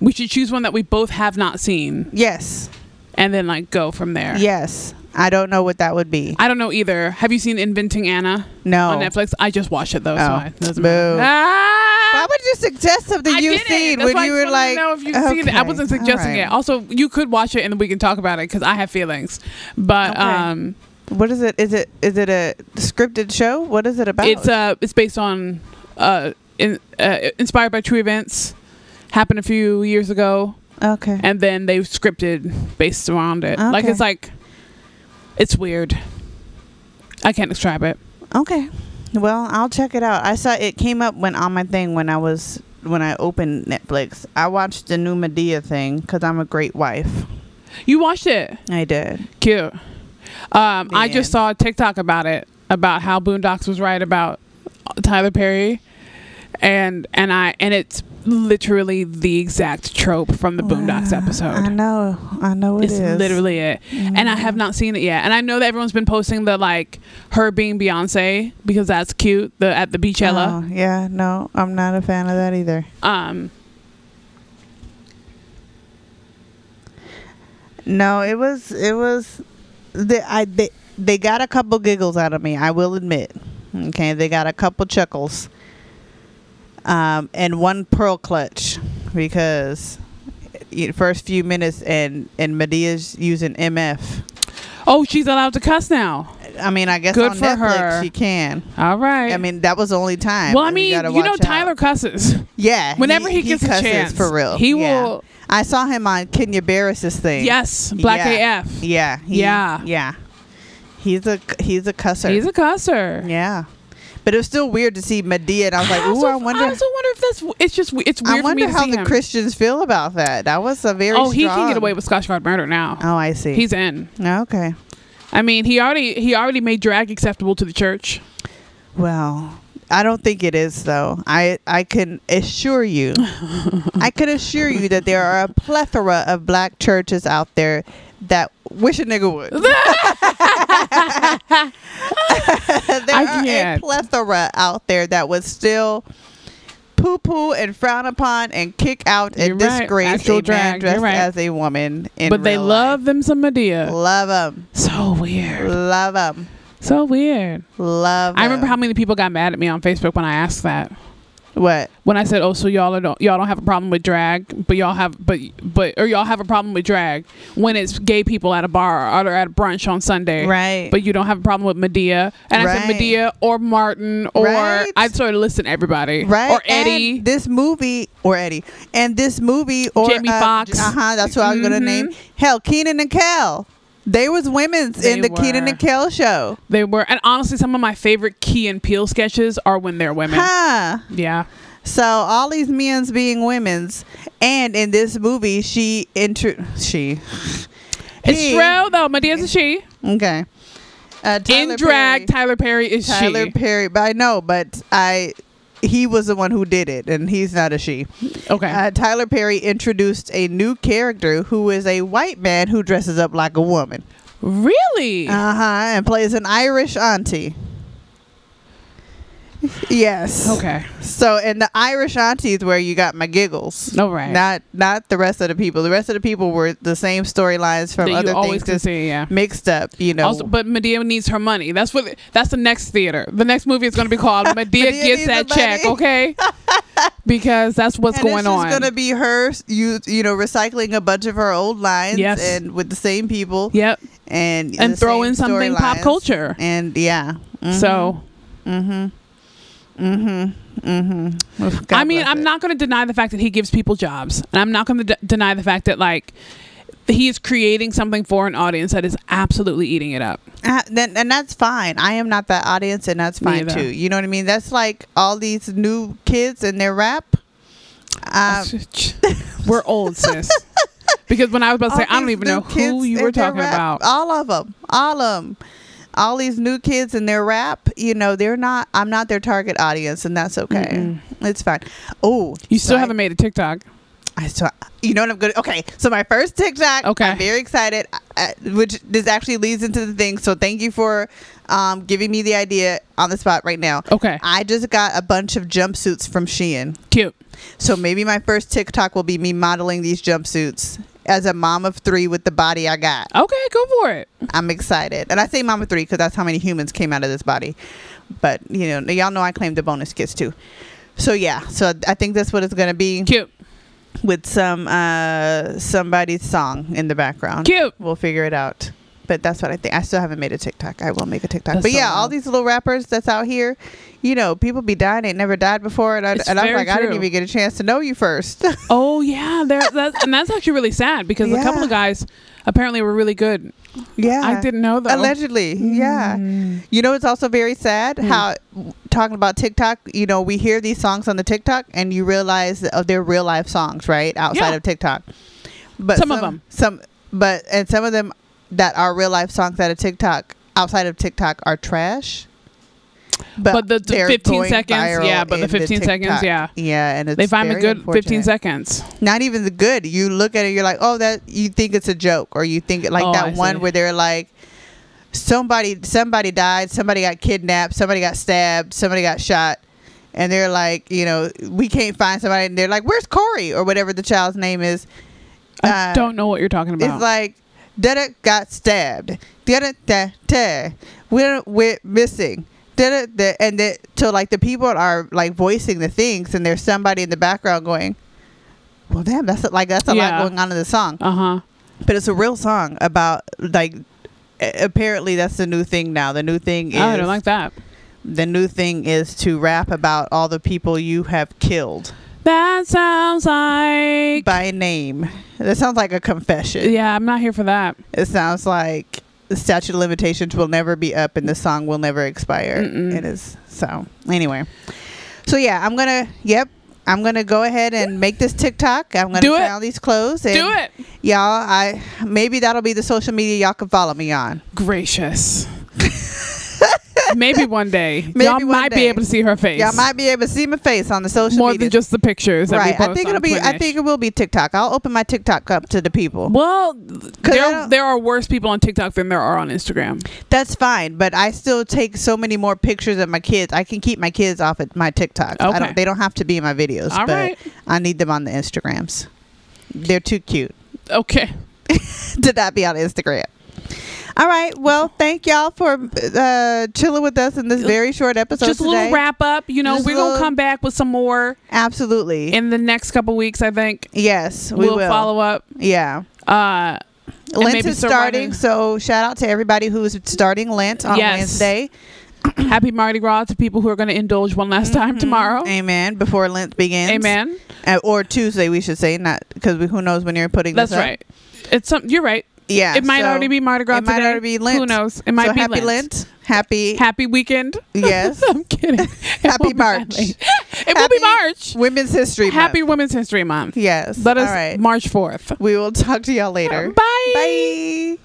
Speaker 2: we should choose one that we both have not seen,
Speaker 3: Yes,
Speaker 2: and then like go from there.
Speaker 3: yes. I don't know what that would be.
Speaker 2: I don't know either. Have you seen Inventing Anna
Speaker 3: No.
Speaker 2: on Netflix? I just watched it though, so
Speaker 3: Oh.
Speaker 2: I, it doesn't
Speaker 3: Boo.
Speaker 2: matter. Ah!
Speaker 3: Why would you suggest something
Speaker 2: I
Speaker 3: you've
Speaker 2: didn't.
Speaker 3: seen
Speaker 2: That's
Speaker 3: when
Speaker 2: why I
Speaker 3: you
Speaker 2: just
Speaker 3: were
Speaker 2: wanted
Speaker 3: like,
Speaker 2: to know if you've seen it. I wasn't
Speaker 3: okay,
Speaker 2: suggesting
Speaker 3: alright.
Speaker 2: it. Also, you could watch it and then we can talk about it because I have feelings. But
Speaker 3: Okay.
Speaker 2: um,
Speaker 3: What is it? Is it is it a scripted show? What is it about?
Speaker 2: it's uh, it's based on uh, in, uh, inspired by true events happened a few years ago,
Speaker 3: okay.
Speaker 2: and then they scripted based around it. Like
Speaker 3: Okay.
Speaker 2: it's like it's weird. I can't describe it.
Speaker 3: Okay. Well, I'll check it out. I saw it came up when on my thing when I was when I opened Netflix. I watched the new Medea thing because I'm a great wife.
Speaker 2: You watched it.
Speaker 3: I did.
Speaker 2: Cute. Um, I
Speaker 3: Man.
Speaker 2: just saw a TikTok about it, about how Boondocks was right about Tyler Perry, and and I and it's literally the exact trope from the Boondocks
Speaker 3: Wow. I
Speaker 2: episode.
Speaker 3: know. I know it
Speaker 2: It's
Speaker 3: is. Mm-hmm.
Speaker 2: literally it, and I have not seen it yet. And I know that everyone's been posting the like her being Beyonce because that's cute. The at the Beachella.
Speaker 3: Oh, yeah. No, I'm not a fan of that either.
Speaker 2: Um,
Speaker 3: No, it was it was the I they, they got a couple giggles out of me, I will admit. Okay, they got a couple chuckles. Um and one pearl clutch because y- first few minutes and and Medea's using MF.
Speaker 2: oh, she's allowed to cuss now.
Speaker 3: I mean, I guess
Speaker 2: Good
Speaker 3: on
Speaker 2: for
Speaker 3: Netflix
Speaker 2: her.
Speaker 3: she can.
Speaker 2: All right.
Speaker 3: I mean, that was the only time.
Speaker 2: well, I
Speaker 3: You
Speaker 2: mean,
Speaker 3: gotta
Speaker 2: you, know,
Speaker 3: watch out.
Speaker 2: Tyler cusses
Speaker 3: Yeah,
Speaker 2: whenever he, gets
Speaker 3: cusses
Speaker 2: a chance.
Speaker 3: for real.
Speaker 2: he
Speaker 3: Yeah.
Speaker 2: will.
Speaker 3: I saw him on Kenya Barris's thing.
Speaker 2: Yes, Black
Speaker 3: Yeah.
Speaker 2: AF.
Speaker 3: Yeah. he-
Speaker 2: Yeah.
Speaker 3: Yeah. He's a he's a cusser.
Speaker 2: He's a cusser.
Speaker 3: yeah. But it was still weird to see Medea, and I was like, "Ooh,
Speaker 2: also,
Speaker 3: I wonder."
Speaker 2: also wonder if that's. It's just. It's weird
Speaker 3: I
Speaker 2: for me
Speaker 3: wonder
Speaker 2: to
Speaker 3: how
Speaker 2: see
Speaker 3: the
Speaker 2: him.
Speaker 3: Christians feel about that. That was a very
Speaker 2: oh, he can get
Speaker 3: strong-
Speaker 2: away with Scotch Guard murder now.
Speaker 3: Oh, I see.
Speaker 2: He's in.
Speaker 3: okay.
Speaker 2: I mean, he already he already made drag acceptable to the church.
Speaker 3: Well, I don't think it is though. I I can assure you, I can assure you that there are a plethora of black churches out there that wish a nigga would. there
Speaker 2: I
Speaker 3: are a
Speaker 2: can't.
Speaker 3: plethora out there that would still poo poo and frown upon and kick out and
Speaker 2: You're right.
Speaker 3: disgrace a
Speaker 2: Actual
Speaker 3: man
Speaker 2: drag. You're
Speaker 3: dressed
Speaker 2: right.
Speaker 3: as a woman. In
Speaker 2: but they
Speaker 3: real
Speaker 2: love
Speaker 3: life.
Speaker 2: them some Medea.
Speaker 3: love them,
Speaker 2: So weird.
Speaker 3: love them,
Speaker 2: So weird.
Speaker 3: love.
Speaker 2: I remember
Speaker 3: 'em.
Speaker 2: how many people got mad at me on Facebook when I asked that.
Speaker 3: what
Speaker 2: When I said, "Oh, so y'all are don't y'all don't have a problem with drag, but y'all have but but or y'all have a problem with drag when it's gay people at a bar or at a brunch on Sunday."
Speaker 3: right.
Speaker 2: but you don't have a problem with Medea. And I said
Speaker 3: Right.
Speaker 2: Medea or Martin or
Speaker 3: Right.
Speaker 2: I'd sort of listen to everybody.
Speaker 3: right?
Speaker 2: Or Eddie.
Speaker 3: And this movie or Eddie and this movie or
Speaker 2: Jamie Foxx.
Speaker 3: Uh huh. That's who I was gonna
Speaker 2: Mhm.
Speaker 3: name. Hell, Keenan and Kel. They was women's in the
Speaker 2: They
Speaker 3: Keenan
Speaker 2: were.
Speaker 3: and Kel show.
Speaker 2: they were and honestly some of my favorite Key and Peel sketches are when they're women.
Speaker 3: Huh.
Speaker 2: Yeah.
Speaker 3: So all these men's being women's, and in this movie, she intro she
Speaker 2: It's
Speaker 3: He-
Speaker 2: true though. Medea's a she.
Speaker 3: okay uh, Tyler
Speaker 2: In drag,
Speaker 3: Perry,
Speaker 2: Tyler Perry is
Speaker 3: Tyler
Speaker 2: she.
Speaker 3: Perry. But I know, but I he was the one who did it, and he's not a she.
Speaker 2: okay.
Speaker 3: Uh, Tyler Perry introduced a new character who is a white man who dresses up like a woman.
Speaker 2: really?
Speaker 3: Uh huh. And plays an Irish auntie. Yes.
Speaker 2: okay.
Speaker 3: So, and the Irish auntie is where you got my giggles.
Speaker 2: No right.
Speaker 3: Not not the rest of the people. The rest of the people were the same storylines from
Speaker 2: that
Speaker 3: other
Speaker 2: you always
Speaker 3: things
Speaker 2: can
Speaker 3: just
Speaker 2: see, yeah.
Speaker 3: mixed up. You know.
Speaker 2: Also, but Medea needs her money. That's what. That's the next theater. The next movie is going to be called Medea,
Speaker 3: Medea
Speaker 2: Gets
Speaker 3: Needs
Speaker 2: That
Speaker 3: Her
Speaker 2: Check,
Speaker 3: Money.
Speaker 2: okay? because that's what's
Speaker 3: and
Speaker 2: going
Speaker 3: it's just
Speaker 2: on.
Speaker 3: gonna be her, you you know, recycling a bunch of her old lines,
Speaker 2: Yes.
Speaker 3: and with the same people,
Speaker 2: yep.
Speaker 3: and the
Speaker 2: and throw
Speaker 3: same Mm-hmm.
Speaker 2: in something pop
Speaker 3: storylines.
Speaker 2: culture.
Speaker 3: and yeah, Mhm.
Speaker 2: So
Speaker 3: Mm-hmm. Mm-hmm. Mm-hmm. Oof, God
Speaker 2: I mean,
Speaker 3: bless
Speaker 2: I'm
Speaker 3: it.
Speaker 2: not going to deny the fact that he gives people jobs, and I'm not going to d- deny the fact that like he is creating something for an audience that is absolutely eating it up.
Speaker 3: Uh, then, and that's fine. I am not that audience, and that's
Speaker 2: Me
Speaker 3: fine
Speaker 2: either.
Speaker 3: too. You know what I mean? That's like all these new kids and their rap. Um,
Speaker 2: We're old, sis. Because when I was about to say,
Speaker 3: all
Speaker 2: I don't
Speaker 3: these
Speaker 2: even
Speaker 3: new
Speaker 2: know who
Speaker 3: kids
Speaker 2: you
Speaker 3: and
Speaker 2: were
Speaker 3: their
Speaker 2: talking
Speaker 3: rap.
Speaker 2: about.
Speaker 3: All of them. All of them. All these new kids and their rap. You know, they're not. I'm not their target audience, and that's Oh, okay.
Speaker 2: Mm-mm.
Speaker 3: It's fine. Oh,
Speaker 2: You still
Speaker 3: so I-
Speaker 2: haven't made a TikTok.
Speaker 3: I saw. You know what I'm good. Okay, so my first TikTok.
Speaker 2: Okay.
Speaker 3: I'm very excited, uh, which this actually leads into the thing. So thank you for um, giving me the idea on the spot right now.
Speaker 2: Okay,
Speaker 3: I just got a bunch of jumpsuits from Shein.
Speaker 2: cute.
Speaker 3: So maybe my first TikTok will be me modeling these jumpsuits as a mom of three with the body I got.
Speaker 2: Okay, go for it.
Speaker 3: I'm excited. And I say mom of three because that's how many humans came out of this body. But, you know, y'all know I claim the bonus kids too. So yeah, so I think that's what it's gonna be
Speaker 2: Cute,
Speaker 3: with some uh somebody's song in the background.
Speaker 2: cute.
Speaker 3: We'll figure it out. But that's what I think. I still haven't made a TikTok. I will make a TikTok.
Speaker 2: That's
Speaker 3: but
Speaker 2: so
Speaker 3: yeah, all
Speaker 2: wild.
Speaker 3: these little rappers that's out here, you know, people be dying. Ain't never died before, and I,
Speaker 2: It's
Speaker 3: and I'm
Speaker 2: very
Speaker 3: like, I didn't
Speaker 2: true.
Speaker 3: even get a chance to know you first.
Speaker 2: Oh yeah, there. That's, and that's actually really sad because a couple
Speaker 3: Yeah.
Speaker 2: of guys apparently were really good.
Speaker 3: yeah,
Speaker 2: I didn't know though.
Speaker 3: Allegedly, yeah.
Speaker 2: Mm.
Speaker 3: You know, it's also very sad
Speaker 2: Mm.
Speaker 3: how talking about TikTok. You know, we hear these songs on the TikTok, and you realize that, oh, they're real life songs, right? Outside
Speaker 2: Yeah.
Speaker 3: of TikTok, but
Speaker 2: Some of them.
Speaker 3: some, but and some of them that are real life songs out of TikTok, outside of TikTok, are trash.
Speaker 2: But, the, the
Speaker 3: they're
Speaker 2: 15
Speaker 3: going
Speaker 2: seconds,
Speaker 3: viral
Speaker 2: yeah. But the
Speaker 3: in
Speaker 2: 15 seconds,
Speaker 3: TikTok.
Speaker 2: yeah.
Speaker 3: yeah, and it's
Speaker 2: they find a
Speaker 3: very
Speaker 2: good 15
Speaker 3: unfortunate.
Speaker 2: seconds.
Speaker 3: Not even the good. You look at it, you're like, oh, that. You think it's a joke, or you think it- like
Speaker 2: Oh,
Speaker 3: that
Speaker 2: I
Speaker 3: one
Speaker 2: see.
Speaker 3: where they're like, somebody, somebody died, somebody got kidnapped, somebody got stabbed, somebody got shot, and they're like, you know, we can't find somebody, and they're like, where's Corey or whatever the child's name is.
Speaker 2: I
Speaker 3: Uh,
Speaker 2: don't know what you're talking about.
Speaker 3: It's like, da got stabbed, da da da, we're we're missing. Da da, and then so like the people are like voicing the things, and there's somebody in the background going. Well, damn, that's a- like that's a
Speaker 2: Yeah.
Speaker 3: lot going on in the song,
Speaker 2: uh huh.
Speaker 3: but it's a real song about like. a- Apparently, that's the new thing now. The new thing is
Speaker 2: I don't like that.
Speaker 3: the new thing is to rap about all the people you have killed
Speaker 2: That sounds like.
Speaker 3: by name. That sounds like a confession.
Speaker 2: yeah, I'm not here for that.
Speaker 3: It sounds like the statute of limitations will never be up and the song will never expire.
Speaker 2: Mm-mm.
Speaker 3: It is so. Anyway, so yeah, I'm gonna. Yep, I'm gonna go ahead and make this TikTok. I'm gonna
Speaker 2: Do
Speaker 3: try
Speaker 2: it.
Speaker 3: on these clothes. And
Speaker 2: Do it.
Speaker 3: y'all. I maybe that'll be the social media y'all can follow me on.
Speaker 2: Gracious. Maybe one day
Speaker 3: Maybe
Speaker 2: y'all
Speaker 3: one
Speaker 2: might be
Speaker 3: day.
Speaker 2: able to see her face.
Speaker 3: Y'all might be able to see my face on the social
Speaker 2: more
Speaker 3: media.
Speaker 2: than just the pictures. That we
Speaker 3: right.
Speaker 2: post
Speaker 3: I think
Speaker 2: on
Speaker 3: it'll be. I
Speaker 2: Twitch.
Speaker 3: think it will be TikTok. I'll open my TikTok up to the people.
Speaker 2: Well,
Speaker 3: I
Speaker 2: there
Speaker 3: don't-
Speaker 2: there are worse people on TikTok than there are on Instagram.
Speaker 3: That's fine, but I still take so many more pictures of my kids. I can keep my kids off of my TikTok. I
Speaker 2: Okay.
Speaker 3: don't, they don't have to be in my videos,
Speaker 2: All
Speaker 3: but
Speaker 2: right.
Speaker 3: I need them on the Instagrams. They're too cute
Speaker 2: Okay.
Speaker 3: to not be on Instagram. All right. Well, thank y'all for uh, chilling with us in this very short episode
Speaker 2: just a
Speaker 3: today.
Speaker 2: little wrap up. You know,
Speaker 3: Just a
Speaker 2: we're gonna
Speaker 3: little-
Speaker 2: come back with some more
Speaker 3: Absolutely.
Speaker 2: in the next couple weeks. I think
Speaker 3: yes, we
Speaker 2: will
Speaker 3: will.
Speaker 2: follow up.
Speaker 3: Yeah.
Speaker 2: Uh, And
Speaker 3: Lent
Speaker 2: maybe
Speaker 3: is
Speaker 2: start
Speaker 3: starting,
Speaker 2: writing-
Speaker 3: so shout out to everybody who's starting Lent on
Speaker 2: Yes.
Speaker 3: Wednesday.
Speaker 2: happy Mardi Gras to people who are gonna indulge one last time tomorrow.
Speaker 3: Mm-hmm. Amen. Before Lent begins.
Speaker 2: Amen.
Speaker 3: Uh, or Tuesday, we should say, not because who knows when you're putting
Speaker 2: That's
Speaker 3: this up.
Speaker 2: right. It's some. You're right.
Speaker 3: Yeah,
Speaker 2: it might
Speaker 3: so
Speaker 2: already be Mardi Gras.
Speaker 3: it might
Speaker 2: today.
Speaker 3: already be
Speaker 2: Who
Speaker 3: Lent.
Speaker 2: knows? It might
Speaker 3: so
Speaker 2: be
Speaker 3: happy
Speaker 2: Lent.
Speaker 3: Lent. Happy
Speaker 2: Happy weekend.
Speaker 3: yes,
Speaker 2: I'm kidding. It
Speaker 3: Happy
Speaker 2: won't be that
Speaker 3: March.
Speaker 2: late. It will be
Speaker 3: Happy
Speaker 2: March.
Speaker 3: Women's History
Speaker 2: Happy
Speaker 3: Month.
Speaker 2: Women's History Month.
Speaker 3: Yes,
Speaker 2: Let us
Speaker 3: all right.
Speaker 2: March 4th.
Speaker 3: we will talk to y'all later.
Speaker 2: Bye.
Speaker 3: Bye.